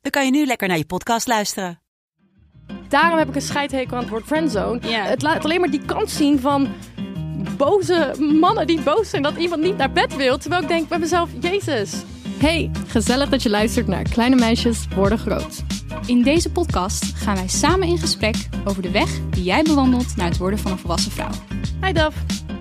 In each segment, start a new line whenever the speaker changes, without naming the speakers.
dan kan je nu lekker naar je podcast luisteren.
Daarom heb ik een scheidhekel aan het woord friendzone.
Ja.
Het laat alleen maar die kant zien van boze mannen die boos zijn dat iemand niet naar bed wil. Terwijl ik denk bij mezelf, Jezus. Hey, gezellig dat je luistert naar Kleine Meisjes Worden Groot.
In deze podcast gaan wij samen in gesprek over de weg die jij bewandelt naar het worden van een volwassen vrouw.
Hi Daf,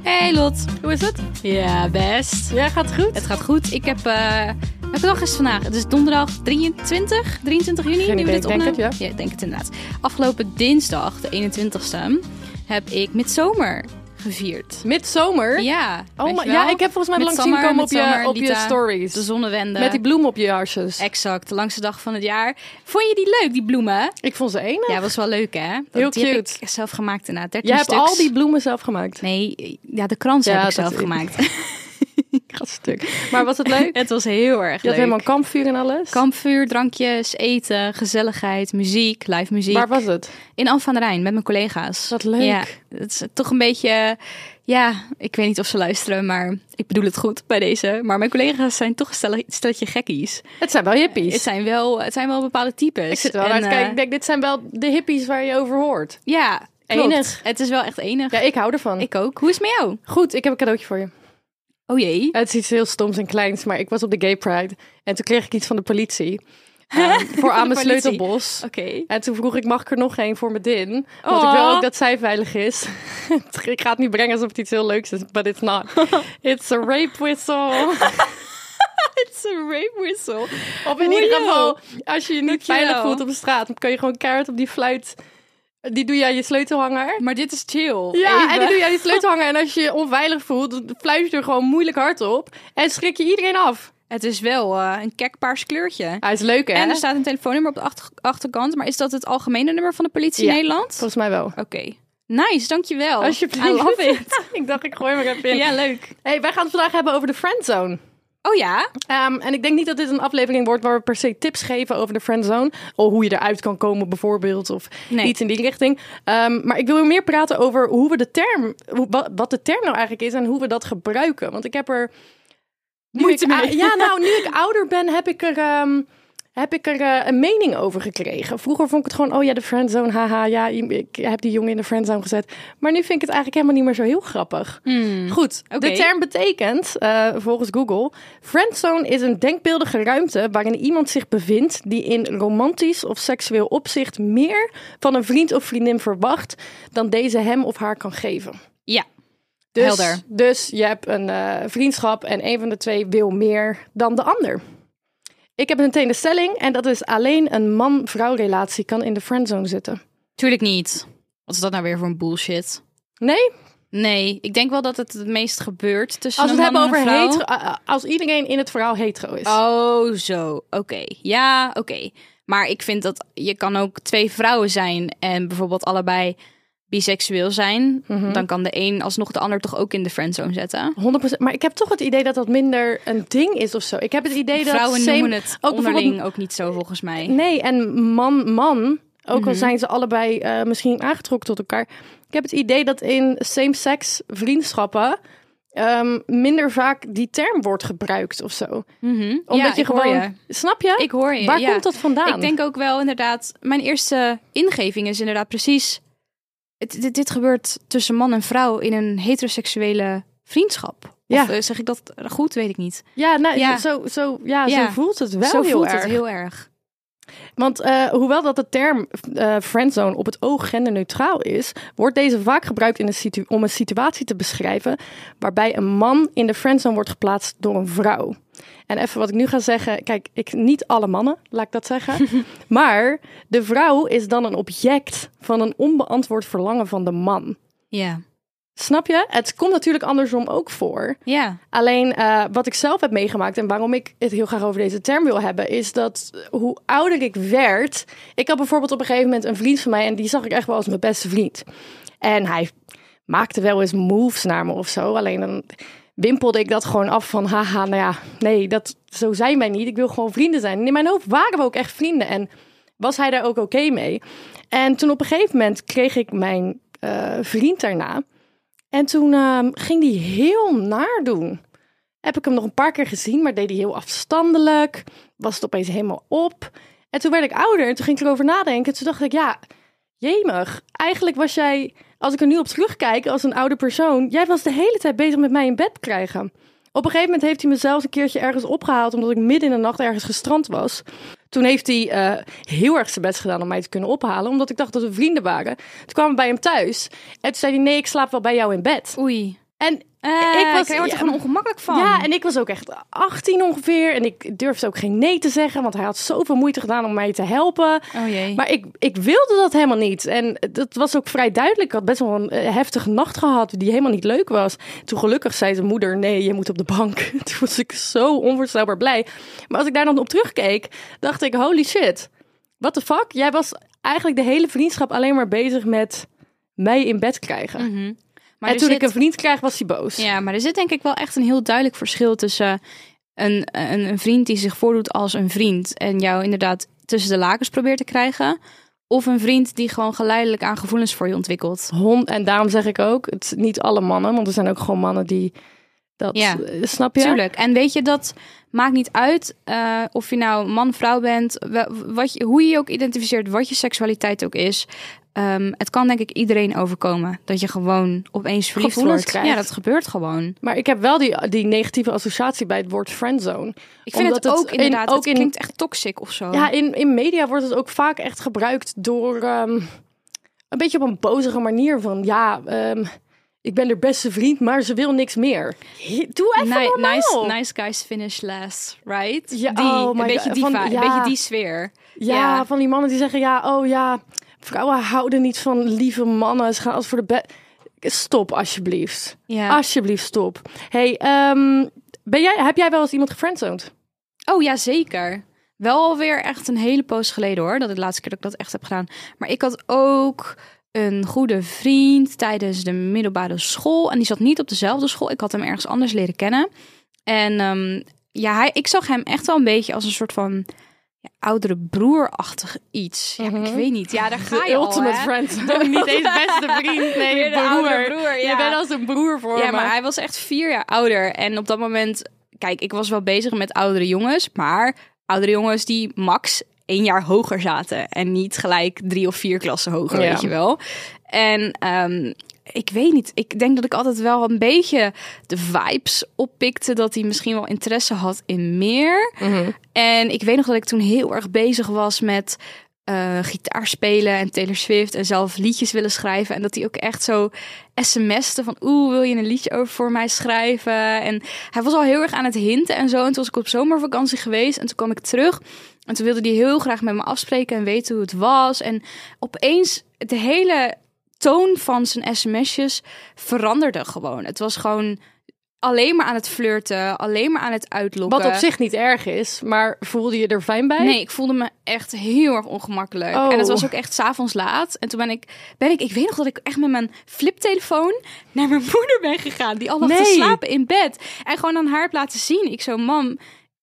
Hey Lot.
hoe is het?
Ja, best.
Ja, gaat goed?
Het gaat goed. Ik heb... eh welke dag is het vandaag? Het is donderdag 23, 23 juni.
Geen
nu we
idee,
dit
ik denk
opnemen.
het,
ja. ik denk het inderdaad. Afgelopen dinsdag, de 21ste, heb ik midzomer gevierd.
Midzomer?
Ja.
oh,
weet
maar,
je wel?
ja, ik heb volgens mij
Met
lang zien
Samar,
komen
met
op je,
Samar,
op je
Lita,
stories.
De zonnewende.
Met die bloem op je jasjes.
Exact, de langste dag van het jaar. Vond je die leuk, die bloemen?
Ik vond ze enig.
Ja, was wel leuk, hè? Dat,
Heel
die heb
cute.
ik zelf gemaakt inderdaad. 13
Jij hebt
stuks.
al die bloemen zelf gemaakt.
Nee, ja, de krans
Ja,
heb ik
dat
zelf
is-
gemaakt.
Ik had stuk. Maar was het leuk?
het was heel erg
Je had
leuk.
helemaal een kampvuur en alles.
Kampvuur, drankjes, eten, gezelligheid, muziek, live muziek.
Waar was het?
In Alphen aan de Rijn met mijn collega's.
Wat leuk.
Ja, het is toch een beetje... Ja, ik weet niet of ze luisteren, maar ik bedoel het goed bij deze. Maar mijn collega's zijn toch een stelle- stelletje gekkies.
Het zijn wel hippies.
Het zijn wel, het zijn wel bepaalde types.
Ik zit er wel
En,
uit te kijken.
eh,
Ik denk, dit zijn wel de hippies waar je over hoort.
Ja, klopt.
Enig.
Het is wel echt enig.
Ja, ik hou ervan.
Ik ook. Hoe is het met jou?
Goed, ik heb een cadeautje voor je.
Oh jee.
Het is iets heel stoms en kleins, maar ik was op de Gay Pride en toen kreeg ik iets van de politie. ehm, voor aan mijn
politie?
sleutelbos.
Oké.
En toen vroeg ik, mag ik er nog één voor mijn din? Want ik wil
Oh.
ook dat zij veilig is. ik ga het niet brengen alsof het iets heel leuks is, but it's not. It's a rape whistle.
It's a rape whistle.
Of in
Oei,
ieder
joh.
geval, als je je niet
Dankjewel.
veilig voelt op straat, dan kun je gewoon keihard op die fluit. Die doe je aan je sleutelhanger.
Maar dit is chill.
Ja,
Even.
en die doe je aan je sleutelhanger. En als je je onveilig voelt, dan fluit je er gewoon moeilijk hard op. En schrik je iedereen af.
Het is wel eh, een kekpaars kleurtje.
Hij is leuk, hè?
En er staat een telefoonnummer op de achter- achterkant. Maar is dat het algemene nummer van de politie
Ja.
in Nederland? Oké.
Volgens mij wel.
Nice, dankjewel.
Alsjeblieft.
Oh, I love it.
ik dacht, ik gooi maar even in.
ja, leuk.
Hey, wij gaan het vandaag hebben over de friendzone.
Oh ja?
Ehm, en ik denk niet dat dit een aflevering wordt waar we per se tips geven over de friendzone. Of hoe je eruit kan komen bijvoorbeeld, of
Nee.
iets in die richting. Ehm, maar ik wil meer praten over hoe we de term, hoe- wa- wat de term nou eigenlijk is en hoe we dat gebruiken. Want ik heb er... nu
Moeite
ik,
mee.
Ja, nou, nu ik ouder ben, heb ik er... ehm, heb ik er eh, een mening over gekregen. Vroeger vond ik het gewoon, oh ja, de friendzone, haha, ja, ik heb die jongen in de friendzone gezet. Maar nu vind ik het eigenlijk helemaal niet meer zo heel grappig. Goed, de
oké.
term betekent, eh, volgens Google, friendzone is een denkbeeldige ruimte waarin iemand zich bevindt die in romantisch of seksueel opzicht meer van een vriend of vriendin verwacht dan deze hem of haar kan geven.
Ja.
Dus,
Helder.
dus je hebt een eh, vriendschap en een van de twee wil meer dan de ander. Ik heb meteen de stelling en dat is alleen een man-vrouw relatie kan in de friendzone zitten.
Tuurlijk niet. Wat is dat nou weer voor een bullshit?
Nee,
Nee, ik denk wel dat het het meest gebeurt tussen
als we
een
het hebben
man
over
en een vrouw.
hetero, eh, eh, als iedereen in het verhaal hetero is.
Oh, zo. Oké. Ja, oké. Maar ik vind dat je kan ook twee vrouwen zijn en bijvoorbeeld allebei biseksueel zijn.
Mhm.
Dan kan de een alsnog de ander toch ook in de friendzone zetten.
100%. Maar ik heb toch het idee dat dat minder een ding is of zo. Ik heb het idee dat
vrouwen
same-
noemen het
ook
onderling
bijvoorbeeld-
ook niet zo volgens mij.
Nee, en man, man. Ook
Mhm.
al zijn ze allebei eh, misschien aangetrokken tot elkaar. Ik heb het idee dat in same-sex vriendschappen ehm, minder vaak die term wordt gebruikt of zo. Omdat
Mhm. Ja,
je
ik hoor
gewoon.
je.
Snap je?
Ik hoor je.
Waar
ja.
komt dat vandaan?
Ik denk ook wel inderdaad. Mijn eerste ingeving is inderdaad precies. het- dit, dit gebeurt tussen man en vrouw in een heteroseksuele vriendschap.
Ja.
Of eh, zeg ik dat goed? Weet ik niet.
ja, nou,
Ja.
Zo, zo, ja,
Ja.
zo voelt het wel
zo
heel
voelt
erg.
het heel erg.
Want eh, hoewel dat de term eh, friendzone op het oog genderneutraal is, wordt deze vaak gebruikt in een situ- om een situatie te beschrijven waarbij een man in de friendzone wordt geplaatst door een vrouw. En even wat ik nu ga zeggen, kijk, ik, niet alle mannen, laat ik dat zeggen. maar de vrouw is dan een object van een onbeantwoord verlangen van de man.
Ja.
Snap je? Het komt natuurlijk andersom ook voor.
Ja.
Alleen eh, wat ik zelf heb meegemaakt en waarom ik het heel graag over deze term wil hebben, is dat hoe ouder ik werd. Ik had bijvoorbeeld op een gegeven moment een vriend van mij en die zag ik echt wel als mijn beste vriend. En hij maakte wel eens moves naar me of zo. Alleen dan wimpelde ik dat gewoon af van haha, nou ja, nee, dat, zo zijn wij niet. Ik wil gewoon vrienden zijn. En in mijn hoofd waren we ook echt vrienden en was hij daar ook oké mee. En toen op een gegeven moment kreeg ik mijn eh, vriend daarna. En toen ehm, ging hij heel naar doen. Heb ik hem nog een paar keer gezien, maar deed hij heel afstandelijk. Was het opeens helemaal op. En toen werd ik ouder en toen ging ik erover nadenken. En toen dacht ik, ja, jemig. Eigenlijk was jij, als ik er nu op terugkijk, als een oude persoon... Jij was de hele tijd bezig met mij in bed krijgen. Op een gegeven moment heeft hij me zelfs een keertje ergens opgehaald... omdat ik midden in de nacht ergens gestrand was. Toen heeft hij eh, heel erg zijn best gedaan om mij te kunnen ophalen... omdat ik dacht dat we vrienden waren. Toen kwamen we bij hem thuis en toen zei hij... nee, ik slaap wel bij jou in bed.
Oei.
En
Eh,
ik was-
ik word
ja.
er gewoon ongemakkelijk van.
ja, en ik was ook echt 18 ongeveer. En ik durfde ook geen nee te zeggen, want hij had zoveel moeite gedaan om mij te helpen.
Oh jee.
Maar ik, ik wilde dat helemaal niet. En dat was ook vrij duidelijk. Ik had best wel een eh, heftige nacht gehad die helemaal niet leuk was. Toen gelukkig zei zijn moeder, nee, je moet op de bank. Toen was ik zo onvoorstelbaar blij. Maar als ik daar dan op terugkeek, dacht ik, holy shit. What the fuck? Jij was eigenlijk de hele vriendschap alleen maar bezig met mij in bed krijgen.
Mhm. Maar
en
er
toen
zit-
ik een vriend krijg, was hij boos.
Ja, maar er zit denk ik wel echt een heel duidelijk verschil tussen een, een, een vriend die zich voordoet als een vriend en jou inderdaad tussen de lakens probeert te krijgen. Of een vriend die gewoon geleidelijk aan gevoelens voor je ontwikkelt.
Hond, en daarom zeg ik ook, het is niet alle mannen, want er zijn ook gewoon mannen die dat
Ja.
eh, snap je?
Tuurlijk. En weet je, dat maakt niet uit eh, of je nou man, vrouw bent, wa- wat je, hoe je je ook identificeert, wat je seksualiteit ook is. Ehm, het kan denk ik iedereen overkomen. Dat je gewoon opeens verliefd
Gevoelens
wordt.
krijgt.
Ja, dat gebeurt gewoon.
Maar ik heb wel die, die negatieve associatie bij het woord friendzone.
Ik vind
Omdat
het ook
in-
inderdaad,
ook
het
in-
klinkt echt toxic of zo.
Ja, in, in media wordt het ook vaak echt gebruikt door ehm, een beetje op een bozige manier van ja, ehm, ik ben haar beste vriend, maar ze wil niks meer. Doe even
Ni-
normaal.
nice, nice guys finish last, right?
Ja,
die,
oh my
een beetje
God,
die
van-
va-
ja.
een beetje die sfeer.
Ja,
Ja.
van die mannen die zeggen: ja, oh ja, vrouwen houden niet van lieve mannen. Ze gaan als voor de bed. Stop alsjeblieft.
Ja.
Alsjeblieft, stop. Hey, ehm, ben jij, heb jij wel eens iemand gefriendzoned?
Oh ja, zeker. Wel alweer echt een hele poos geleden hoor, dat de laatste keer dat ik dat echt heb gedaan. Maar ik had ook een goede vriend tijdens de middelbare school. En die zat niet op dezelfde school. Ik had hem ergens anders leren kennen. En ehm, ja, hij, ik zag hem echt wel een beetje als een soort van ja, oudere broerachtig iets. Ja, ik weet niet. Ja, daar ga
Mhm. De
je al,
ultimate
hè.
friend. niet eens beste vriend. Nee,
Weer de oudere
broer.
broer, ja.
Je bent als een broer voor
Ja,
me.
maar hij was echt vier jaar ouder. En op dat moment, kijk, ik was wel bezig met oudere jongens, maar oudere jongens die max één jaar hoger zaten en niet gelijk drie of vier klassen hoger,
Ja.
weet je wel. En ehm, ik weet niet, ik denk dat ik altijd wel een beetje de vibes oppikte dat hij misschien wel interesse had in meer. En ik weet nog dat ik toen heel erg bezig was met eh gitaar spelen en Taylor Swift en zelf liedjes willen schrijven. En dat hij ook echt zo sms'te van oeh, wil je een liedje over voor mij schrijven? En hij was al heel erg aan het hinten en zo. En toen was ik op zomervakantie geweest en toen kwam ik terug. En toen wilde hij heel graag met me afspreken en weten hoe het was. En opeens de hele toon van zijn sms'jes veranderde gewoon. Het was gewoon alleen maar aan het flirten, alleen maar aan het uitlokken.
Wat op zich niet erg is, maar voelde je er fijn bij?
Nee, ik voelde me echt heel erg ongemakkelijk.
Oh.
En het was ook echt s'avonds laat. En toen ben ik, ben ik, ik weet nog dat ik echt met mijn fliptelefoon naar mijn moeder ben gegaan. Die al lag te
Nee.
slapen in bed. En gewoon aan haar heb laten zien. Ik zo, mam,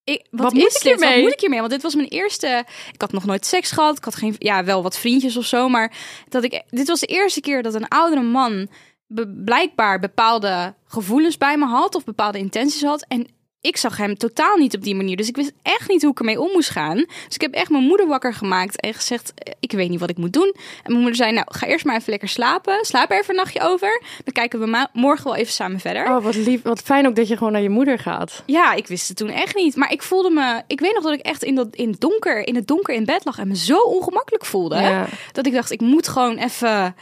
ik, wat,
Wat
is
moet ik
dit?
hiermee?
Wat moet ik hiermee? Want dit was mijn eerste... Ik had nog nooit seks gehad. Ik had geen, ja, wel wat vriendjes of zo. Maar dat ik, dit was de eerste keer dat een oudere man... be- blijkbaar bepaalde gevoelens bij me had. Of bepaalde intenties had. En ik zag hem totaal niet op die manier. Dus ik wist echt niet hoe ik ermee om moest gaan. Dus ik heb echt mijn moeder wakker gemaakt. En gezegd, eh, ik weet niet wat ik moet doen. En mijn moeder zei, nou, ga eerst maar even lekker slapen. Slaap er even een nachtje over. Dan kijken we ma- morgen wel even samen verder.
Oh, wat lief. Wat fijn ook dat je gewoon naar je moeder gaat.
Ja, ik wist het toen echt niet. Maar ik voelde me. Ik weet nog dat ik echt in, dat, in, het donker, in het donker in bed lag en me zo ongemakkelijk voelde.
Ja.
Dat ik dacht, ik moet gewoon even.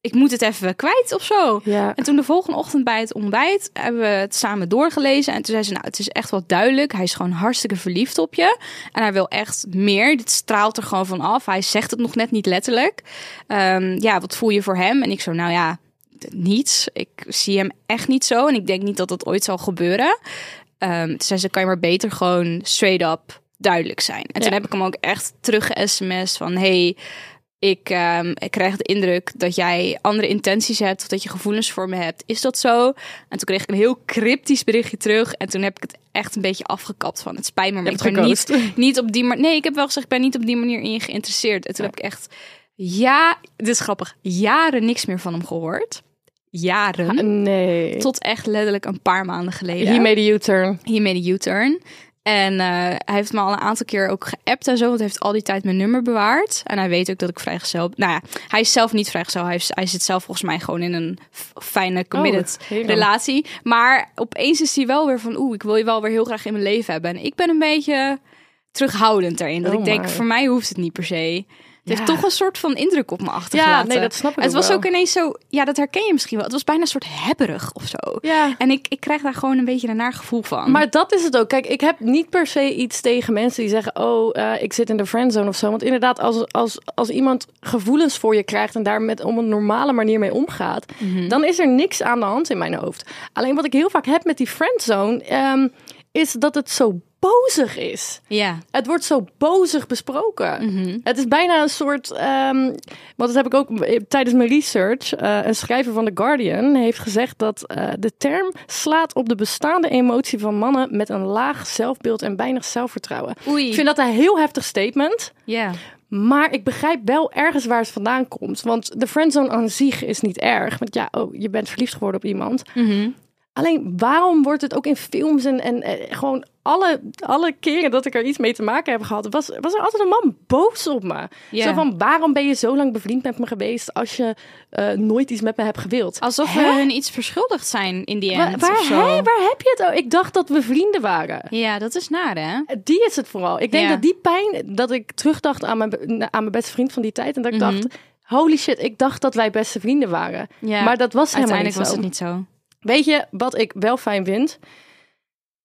Ik moet het even kwijt of zo.
Ja.
En toen de volgende ochtend bij het ontbijt hebben we het samen doorgelezen. En toen zei ze, nou, het is echt wel duidelijk. Hij is gewoon hartstikke verliefd op je. En hij wil echt meer. Dit straalt er gewoon van af. Hij zegt het nog net niet letterlijk. Ehm, ja, wat voel je voor hem? En ik zo, nou ja, niets. Ik zie hem echt niet zo en ik denk niet dat dat ooit zal gebeuren. Ehm toen zei ze, kan je maar beter gewoon straight up duidelijk zijn. En toen
Ja.
heb ik hem ook echt terug sms van, hey, ik, ehm, ik krijg de indruk dat jij andere intenties hebt of dat je gevoelens voor me hebt. Is dat zo? En toen kreeg ik een heel cryptisch berichtje terug en toen heb ik het echt een beetje afgekapt van, het spijt me, maar ik
hebt
ben niet,
geghost.
niet op die manier. Nee, ik heb wel gezegd, ik ben niet op die manier in je geïnteresseerd. En toen heb ik echt, ja, dit is grappig, jaren niks meer van hem gehoord. Jaren.
Ah, Nee.
Tot echt letterlijk een paar maanden geleden.
He made a U-turn.
Hiermee de U-turn. En eh, hij heeft me al een aantal keer ook geappt en zo. Want hij heeft al die tijd mijn nummer bewaard. En hij weet ook dat ik vrijgezel... Nou ja, hij is zelf niet vrijgezel. Hij, is, hij zit zelf volgens mij gewoon in een f- fijne, committed
Oh, heerlijk.
relatie. Maar opeens is hij wel weer van... Oeh, ik wil je wel weer heel graag in mijn leven hebben. En ik ben een beetje terughoudend daarin. Dat
Oh
ik denk,
my.
voor mij hoeft het niet per se. Het heeft
Ja.
toch een soort van indruk op me achtergelaten.
nee, dat snap ik
Het
ook
was
wel.
ook ineens zo... Ja, dat herken je misschien wel. Het was bijna een soort hebberig of zo.
Ja.
En ik, ik krijg daar gewoon een beetje een naar gevoel van.
Maar dat is het ook. Kijk, ik heb niet per se iets tegen mensen die zeggen: Oh, eh, ik zit in de friendzone of zo. Want inderdaad, als, als, als iemand gevoelens voor je krijgt en daar met, op een normale manier mee omgaat, dan is er niks aan de hand in mijn hoofd. Alleen wat ik heel vaak heb met die friendzone, ehm, is dat het zo bozig is.
ja.
Het wordt zo bozig besproken. Het is bijna een soort. ehm, want dat heb ik ook eh, tijdens mijn research. eh, een schrijver van The Guardian heeft gezegd dat eh, de term slaat op de bestaande emotie van mannen met een laag zelfbeeld en weinig zelfvertrouwen.
Oei.
Ik vind dat een heel heftig statement.
Ja.
Maar ik begrijp wel ergens waar het vandaan komt. Want de friendzone aan zich is niet erg. Want ja, oh, je bent verliefd geworden op iemand.
Mhm.
Alleen waarom wordt het ook in films en, en eh, gewoon alle, alle keren dat ik er iets mee te maken heb gehad, was, was er altijd een man boos op me.
Ja.
Zo van waarom ben je zo lang bevriend met me geweest als je eh, nooit iets met me hebt gewild?
Alsof we
Hè?
hun iets verschuldigd zijn in die
Wa-
end.
waar,
of zo.
hè? waar heb je het? over? ik dacht dat we vrienden waren.
Ja, dat is naar, hè?
Die is het vooral. Ik denk
Ja.
dat die pijn, dat ik terugdacht aan mijn, aan mijn beste vriend van die tijd. En dat
Mhm.
ik dacht, holy shit, ik dacht dat wij beste vrienden waren.
Ja.
Maar dat was helemaal
Uiteindelijk
niet zo.
was het niet zo.
Weet je, wat ik wel fijn vind,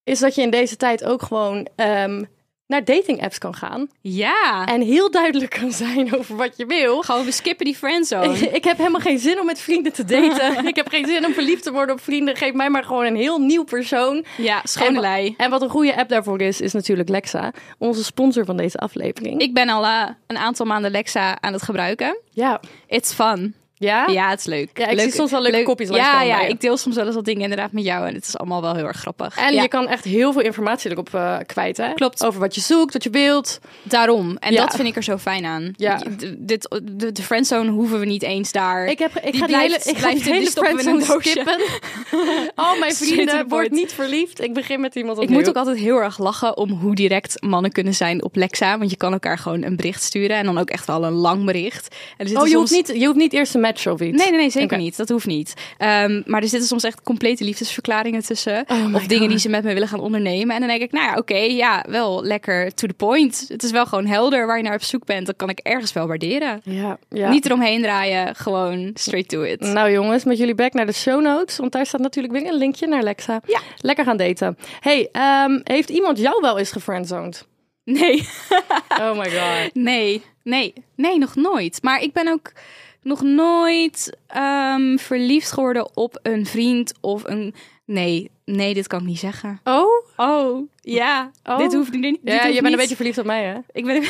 is dat je in deze tijd ook gewoon ehm, naar dating apps kan gaan.
Ah. Ja.
En heel duidelijk kan zijn over wat je wil.
Gewoon, we skippen die friendzone.
Ik, ik heb helemaal geen zin om met vrienden te daten. ik heb geen zin om verliefd te worden op vrienden. Geef mij maar gewoon een heel nieuw persoon.
ja, schone
En wa-
lei.
En wat een goede app daarvoor is, is natuurlijk Lexa, onze sponsor van deze aflevering.
Ik ben al eh, een aantal maanden Lexa aan het gebruiken.
ja.
It's fun.
Ja?
Ja, het is leuk.
Ja, ik
leuk,
zie soms wel leuke kopjes
Ja,
langskomen
ja,
bij je.
ik deel soms wel eens wat dingen inderdaad met jou. En het is allemaal wel heel erg grappig.
En
ja,
je kan echt heel veel informatie erop eh, kwijt, hè?
Klopt.
Over wat je zoekt, wat je wilt.
Daarom. En
Ja.
dat vind ik er zo fijn aan.
Ja.
D- dit, de, de friendzone hoeven we niet eens daar.
Ik, heb, ik
Die
ga die
blijft-
hele, ik ga
blijft
die
in, die
hele
stoppen we in
friendzone
een
skippen. Al mijn
Straight to the
vrienden, word
point.
niet verliefd. Ik begin met iemand
Ik
opnieuw.
moet ook altijd heel erg lachen om hoe direct mannen kunnen zijn op Lexa. Want je kan elkaar gewoon een bericht sturen. En dan ook echt wel een lang bericht. En er zitten
Oh, je hoeft,
soms-
niet, je hoeft niet eerst een match of iets?
Nee, nee, nee, zeker
Oké.
niet. Dat hoeft niet. Ehm, maar er zitten soms echt complete liefdesverklaringen tussen.
Oh my
of dingen die
God.
ze met me willen gaan ondernemen. En dan denk ik, nou ja, oké, ja, wel lekker to the point. Het is wel gewoon helder waar je naar op zoek bent. Dat kan ik ergens wel waarderen.
Ja, ja.
Niet eromheen draaien, gewoon straight to it.
Nou jongens, met jullie back naar de show notes. Want daar staat natuurlijk weer een linkje naar Lexa.
Ja.
Lekker gaan daten. hey, ehm, heeft iemand jou wel eens gefriendzoned?
Nee.
Oh my god.
Nee, nee, nee, nog nooit. Maar ik ben ook nog nooit ehm, verliefd geworden op een vriend of een. Nee, nee, dit kan ik niet zeggen.
Oh?
Oh, ja.
Oh.
Dit hoeft niet. dit
Ja,
hoeft
je bent een
niet.
beetje verliefd op mij, hè?
Ik ben.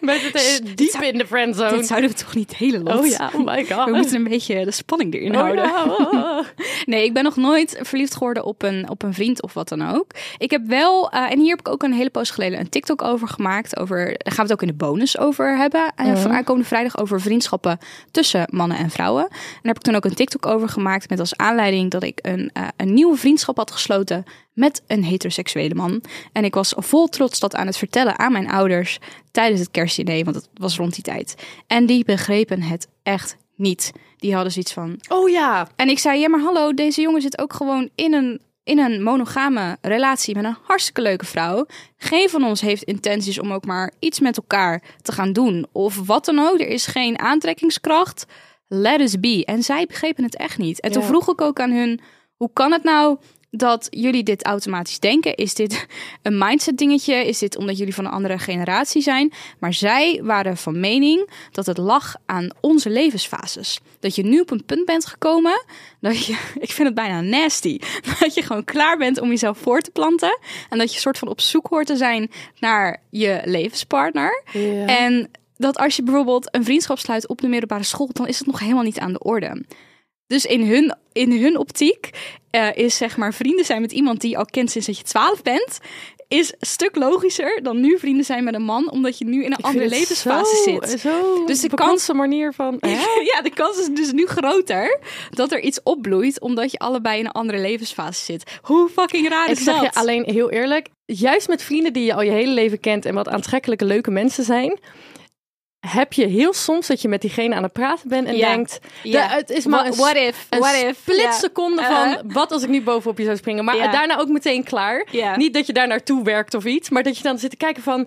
Wij zitten eh, diep in de
dit
friendzone.
zouden we toch niet hele
Oh ja, oh my god.
We moeten een beetje de spanning erin
Oh
houden.
ja, oh, oh.
Nee, ik ben nog nooit verliefd geworden op een, op een vriend of wat dan ook. Ik heb wel, eh, en hier heb ik ook een hele poos geleden een TikTok over gemaakt. Over, daar gaan we het ook in de bonus over hebben. En aankomende vrijdag over vriendschappen tussen mannen en vrouwen. En daar heb ik toen ook een TikTok over gemaakt. Met als aanleiding dat ik een, eh, een nieuwe vriendschap had gesloten met een heteroseksuele man. En ik was vol trots dat aan het vertellen aan mijn ouders tijdens het kerstdiner. Want het was rond die tijd. En die begrepen het echt niet. Die hadden zoiets van,
Oh ja.
en ik zei, ja maar hallo, deze jongen zit ook gewoon in een, in een monogame relatie met een hartstikke leuke vrouw. Geen van ons heeft intenties om ook maar iets met elkaar te gaan doen. Of wat dan ook, er is geen aantrekkingskracht. Let us be. En zij begrepen het echt niet. En toen
Ja.
vroeg ik ook aan hun, hoe kan het nou dat jullie dit automatisch denken? Is dit een mindset dingetje? Is dit omdat jullie van een andere generatie zijn? Maar zij waren van mening dat het lag aan onze levensfases. Dat je nu op een punt bent gekomen dat je, ik vind het bijna nasty, dat je gewoon klaar bent om jezelf voor te planten en dat je soort van op zoek hoort te zijn naar je levenspartner.
Ja.
En dat als je bijvoorbeeld een vriendschap sluit op de middelbare school, dan is het nog helemaal niet aan de orde. Dus in hun, in hun optiek eh, is zeg maar vrienden zijn met iemand die je al kent sinds dat je 12 bent, is een stuk logischer dan nu vrienden zijn met een man, omdat je nu in een
Ik
andere
vind het
levensfase
zo-
zit.
Zo
Dus
dus
de
de kanse manier van. Hè?
Ja, de kans is dus nu groter dat er iets opbloeit, omdat je allebei in een andere levensfase zit. Hoe fucking raar
Ik
is dat?
zeg je alleen heel eerlijk, juist met vrienden die je al je hele leven kent en wat aantrekkelijke, leuke mensen zijn, heb je heel soms dat je met diegene aan het praten bent en
Ja.
denkt,
Ja.
"Da- het is maar
Wha-
een,
what if?
een
What if?
split
Ja.
seconde
Uh-huh.
van, wat als ik nu bovenop je zou springen? Maar
Ja.
daarna ook meteen klaar.
Ja.
Niet dat je daar naartoe werkt of iets, maar dat je dan zit te kijken van,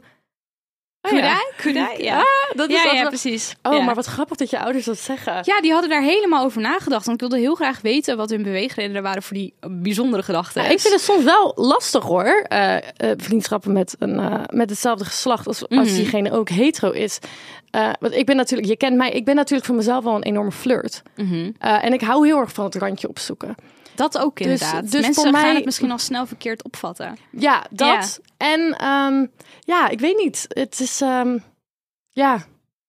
oh
Could
ja,
I? Could I? Ja,
Ah, dat is
ja,
altijd
ja,
wel-
precies.
Oh,
Ja.
maar wat grappig dat je ouders dat zeggen.
Ja, die hadden daar helemaal over nagedacht. Want ik wilde heel graag weten wat hun beweegredenen waren voor die eh, bijzondere gedachten.
Ja, ik vind het soms wel lastig hoor. Eh, eh, vriendschappen met, een, eh, met hetzelfde geslacht als, als diegene ook hetero is. Eh, want ik ben natuurlijk, je kent mij, ik ben natuurlijk van mezelf wel een enorme flirt. Eh, en ik hou heel erg van het randje opzoeken.
dat ook inderdaad.
dus
Mensen
voor
gaan
mij-
het misschien al snel verkeerd opvatten.
Ja, dat. En ehm, ja, ik weet niet. Het is, ehm, ja,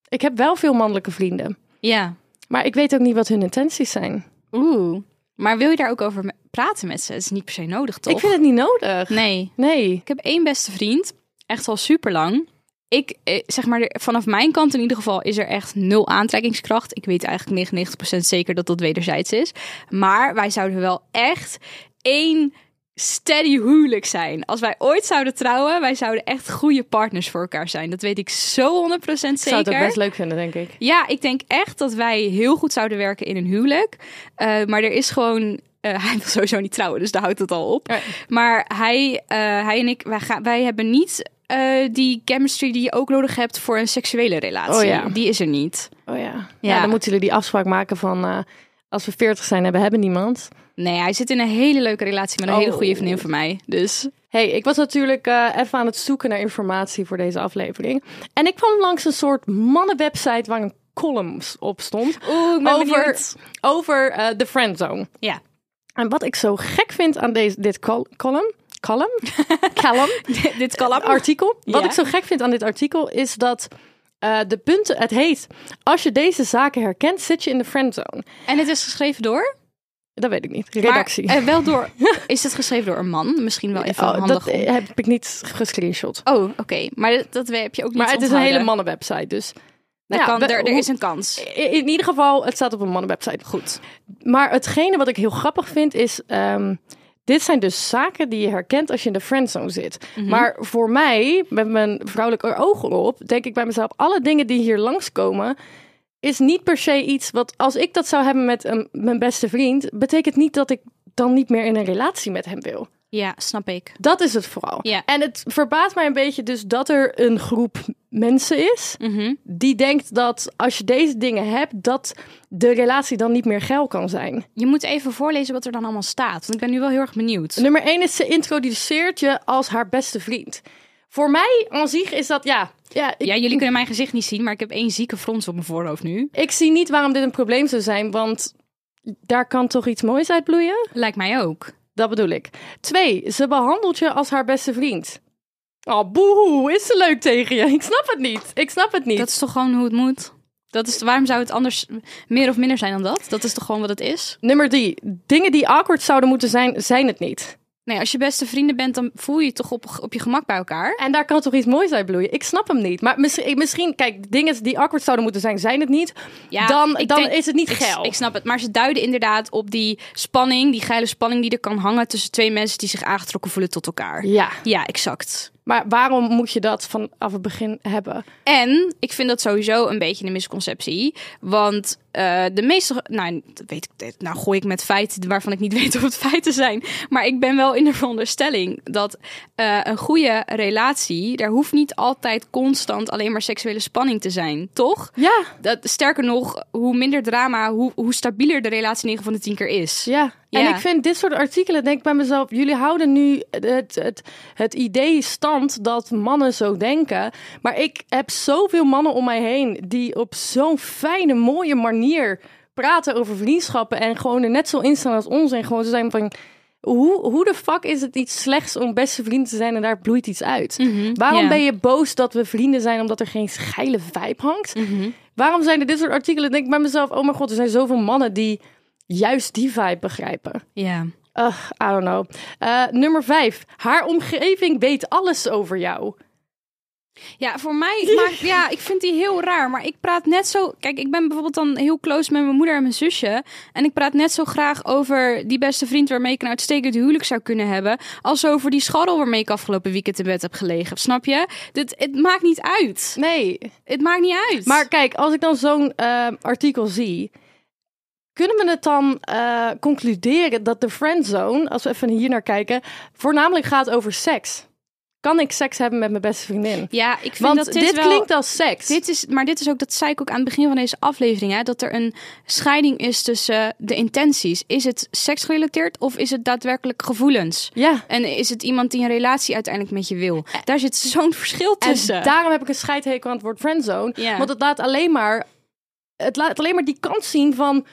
ik heb wel veel mannelijke vrienden.
Ja.
Maar ik weet ook niet wat hun intenties zijn.
Oeh. Maar wil je daar ook over me- praten met ze? Het is niet per se nodig, toch?
Ik vind het niet nodig.
Nee.
Nee.
Ik heb één beste vriend, echt al super lang. Ik eh, zeg maar, er- vanaf mijn kant in ieder geval is er echt nul aantrekkingskracht. Ik weet eigenlijk 99% zeker dat dat wederzijds is. Maar wij zouden wel echt één steady huwelijk zijn. Als wij ooit zouden trouwen, wij zouden echt goede partners voor elkaar zijn. Dat weet ik zo 100% zeker.
Ik zou het ook best leuk vinden, denk ik.
Ja, ik denk echt dat wij heel goed zouden werken in een huwelijk. Eh, maar er is gewoon. eh, hij wil sowieso niet trouwen, dus daar houdt het al op.
Nee.
Maar hij, eh, hij en ik, wij, gaan, wij hebben niet eh, die chemistry die je ook nodig hebt voor een seksuele relatie.
Oh ja.
Die is er niet.
Oh ja.
Ja.
ja. dan moeten jullie die afspraak maken van eh, als we 40 zijn en we hebben niemand.
Nee, hij zit in een hele leuke relatie met een
Oh.
hele goede vriendin van mij. Dus
hey, ik was natuurlijk eh, even aan het zoeken naar informatie voor deze aflevering. En ik kwam langs een soort mannenwebsite waar een column op stond.
Oeh, ik ben
over
benieuwd.
over eh, de friendzone.
ja.
En wat ik zo gek vind aan deze, dit col- column... Column? column?
Dit kan
Het artikel. Wat
Ja.
ik zo gek vind aan dit artikel is dat eh, de punten... Het heet, als je deze zaken herkent, zit je in de friendzone.
En het is geschreven door?
Dat weet ik niet.
Maar,
Redactie.
eh, wel door. Is het geschreven door een man? Misschien wel even
Oh,
handig.
dat
om-
heb ik niet gescreenshot.
Oh, oké. Maar dat, dat heb je ook niet
Maar het is een
onthouden.
hele mannenwebsite, dus...
Dat
Ja,
kan,
we-
er, er
hoe-
is een kans.
in in ieder geval, het staat op een mannenwebsite. Goed. Maar hetgene wat ik heel grappig vind is... ehm, dit zijn dus zaken die je herkent als je in de friendzone zit. Maar voor mij, met mijn vrouwelijke ogen op... denk ik bij mezelf, alle dingen die hier langskomen... is niet per se iets wat... als ik dat zou hebben met een, mijn beste vriend... betekent niet dat ik dan niet meer in een relatie met hem wil.
Ja, snap ik.
Dat is het vooral.
Ja.
En het verbaast mij een beetje dus dat er een groep mensen is
Mhm.
die denkt dat als je deze dingen hebt, dat de relatie dan niet meer geil kan zijn.
Je moet even voorlezen wat er dan allemaal staat. Want ik ben nu wel heel erg benieuwd.
Nummer één is ze introduceert je als haar beste vriend. Voor mij, aan zich, is dat ja. Ja, ik,
Ja, jullie kunnen mijn gezicht niet zien, maar ik heb één zieke frons op mijn voorhoofd nu.
ik zie niet waarom dit een probleem zou zijn, want daar kan toch iets moois uit bloeien?
Lijkt mij ook.
Dat bedoel ik. Twee, ze behandelt je als haar beste vriend. Oh, boehoe, is ze leuk tegen je? Ik snap het niet. Ik snap het niet.
Dat is toch gewoon hoe het moet? Dat is, waarom zou het anders meer of minder zijn dan dat? Dat is toch gewoon wat het is?
Nummer drie. Dingen die awkward zouden moeten zijn, zijn het niet.
Nee, als je beste vrienden bent, dan voel je je toch op, op je gemak bij elkaar.
En daar kan toch iets moois uit bloeien? Ik snap hem niet. Maar misschien, misschien kijk, dingen die awkward zouden moeten zijn, zijn het niet. dan
ik
dan
denk-
is het niet
ik-
geil.
Ik, snap het, maar ze duiden inderdaad op die spanning, die geile spanning die er kan hangen tussen twee mensen die zich aangetrokken voelen tot elkaar.
ja,
Ja, exact.
maar waarom moet je dat vanaf het begin hebben?
En ik vind dat sowieso een beetje een misconceptie. Want eh, de meeste. Nou, dat weet ik, dit- nou, gooi ik met feiten waarvan ik niet weet of het feiten zijn. Maar ik ben wel in de veronderstelling dat eh, een goede relatie. daar hoeft niet altijd constant alleen maar seksuele spanning te zijn, toch?
Ja,
Dat, sterker nog, hoe minder drama, hoe, hoe stabieler de relatie 9 van de 10 keer is.
ja. En ik vind dit soort artikelen, denk ik bij mezelf, jullie houden nu het, het, het idee stand dat mannen zo denken. Maar ik heb zoveel mannen om mij heen die op zo'n fijne, mooie manier praten over vriendschappen. En gewoon er net zo in staan als ons. En gewoon ze zijn van, hoe, hoe de fuck is het iets slechts om beste vrienden te zijn en daar bloeit iets uit?
Mhm,
Waarom
ja.
ben je boos dat we vrienden zijn omdat er geen geile vibe hangt?
Mhm.
Waarom zijn er dit soort artikelen? Denk ik bij mezelf, oh mijn god, er zijn zoveel mannen die juist die vibe begrijpen.
Ja.
Ugh, I don't know. Eh, nummer vijf. Haar omgeving weet alles over jou.
Ja, voor mij maakt... Ja, ik vind die heel raar. Maar ik praat net zo... Kijk, ik ben bijvoorbeeld dan heel close met mijn moeder en mijn zusje. En ik praat net zo graag over die beste vriend... waarmee ik een uitstekend huwelijk zou kunnen hebben... als over die scharrel waarmee ik afgelopen weekend in bed heb gelegen. Snap je? Dit, het maakt niet uit.
Nee.
Het maakt niet uit.
Maar kijk, als ik dan zo'n eh, artikel zie... Kunnen we het dan eh, concluderen dat de friendzone, als we even hier naar kijken, voornamelijk gaat over seks? Kan ik seks hebben met mijn beste vriendin?
Ja, ik vind
Want
dat dit,
dit
wel...
klinkt als seks.
Dit is, maar dit is ook, dat zei ik ook aan het begin van deze aflevering, hè, dat er een scheiding is tussen de intenties. Is het seksgerelateerd of is het daadwerkelijk gevoelens?
Ja. Eh.
En is het iemand die een relatie uiteindelijk met je wil? Daar zit zo'n verschil tussen.
En daarom heb ik een scheidhekel aan het woord friendzone.
Ja.
Want het laat alleen maar... Het laat alleen maar die kant zien van...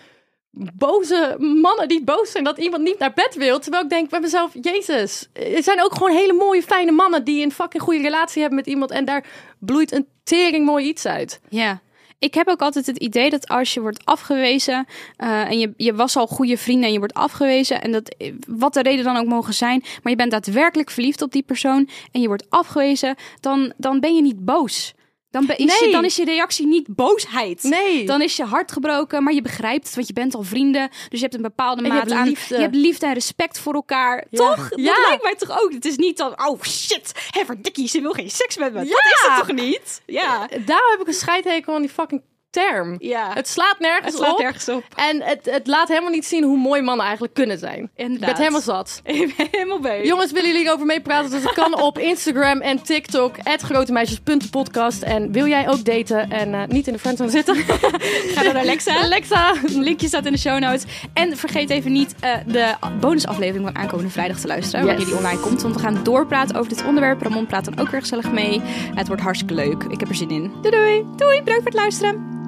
Boze mannen die boos zijn dat iemand niet naar bed wil. Terwijl ik denk bij mezelf, Jezus. Er zijn ook gewoon hele mooie, fijne mannen die een fucking goede relatie hebben met iemand. En daar bloeit een tering mooi iets uit.
Ja. Ik heb ook altijd het idee dat als je wordt afgewezen eh, en je, je was al goede vrienden en je wordt afgewezen en dat eh, wat de reden dan ook mogen zijn, maar je bent daadwerkelijk verliefd op die persoon en je wordt afgewezen, dan, dan ben je niet boos. Dan, ben, is je,
Nee.
dan is je reactie niet boosheid.
Nee.
Dan is je hart gebroken, maar je begrijpt het, want je bent al vrienden. Dus je hebt een bepaalde
En je
maat
hebt
aan.
liefde.
Je hebt liefde en respect voor elkaar. Toch? Dat
Ja.
lijkt mij toch ook. Het is niet dan, oh shit, heverdikkie, ze wil geen seks met me. Dat is het toch niet? Ja.
Daarom heb ik een scheidhekel aan die fucking term.
Ja.
Het slaat nergens
Het slaat
op.
nergens op.
En het, het laat helemaal niet zien hoe mooi mannen eigenlijk kunnen zijn. Ik ben
Inderdaad.
het helemaal zat.
Ik ben helemaal bezig.
Jongens, willen jullie over meepraten? Dus dat kan op Instagram en TikTok. grotemeisjes.podcast. En wil jij ook daten en eh, niet in de friendzone zitten?
ga door naar Alexa. Alexa, linkje staat in de show notes. En vergeet even niet eh, de bonusaflevering van aankomende vrijdag te luisteren.
Yes.
Wanneer die online komt. Want we gaan doorpraten over dit onderwerp. Ramon praat dan ook weer gezellig mee. Het wordt hartstikke leuk. Ik heb er zin in. Doei doei. Doei, bedankt voor het luisteren.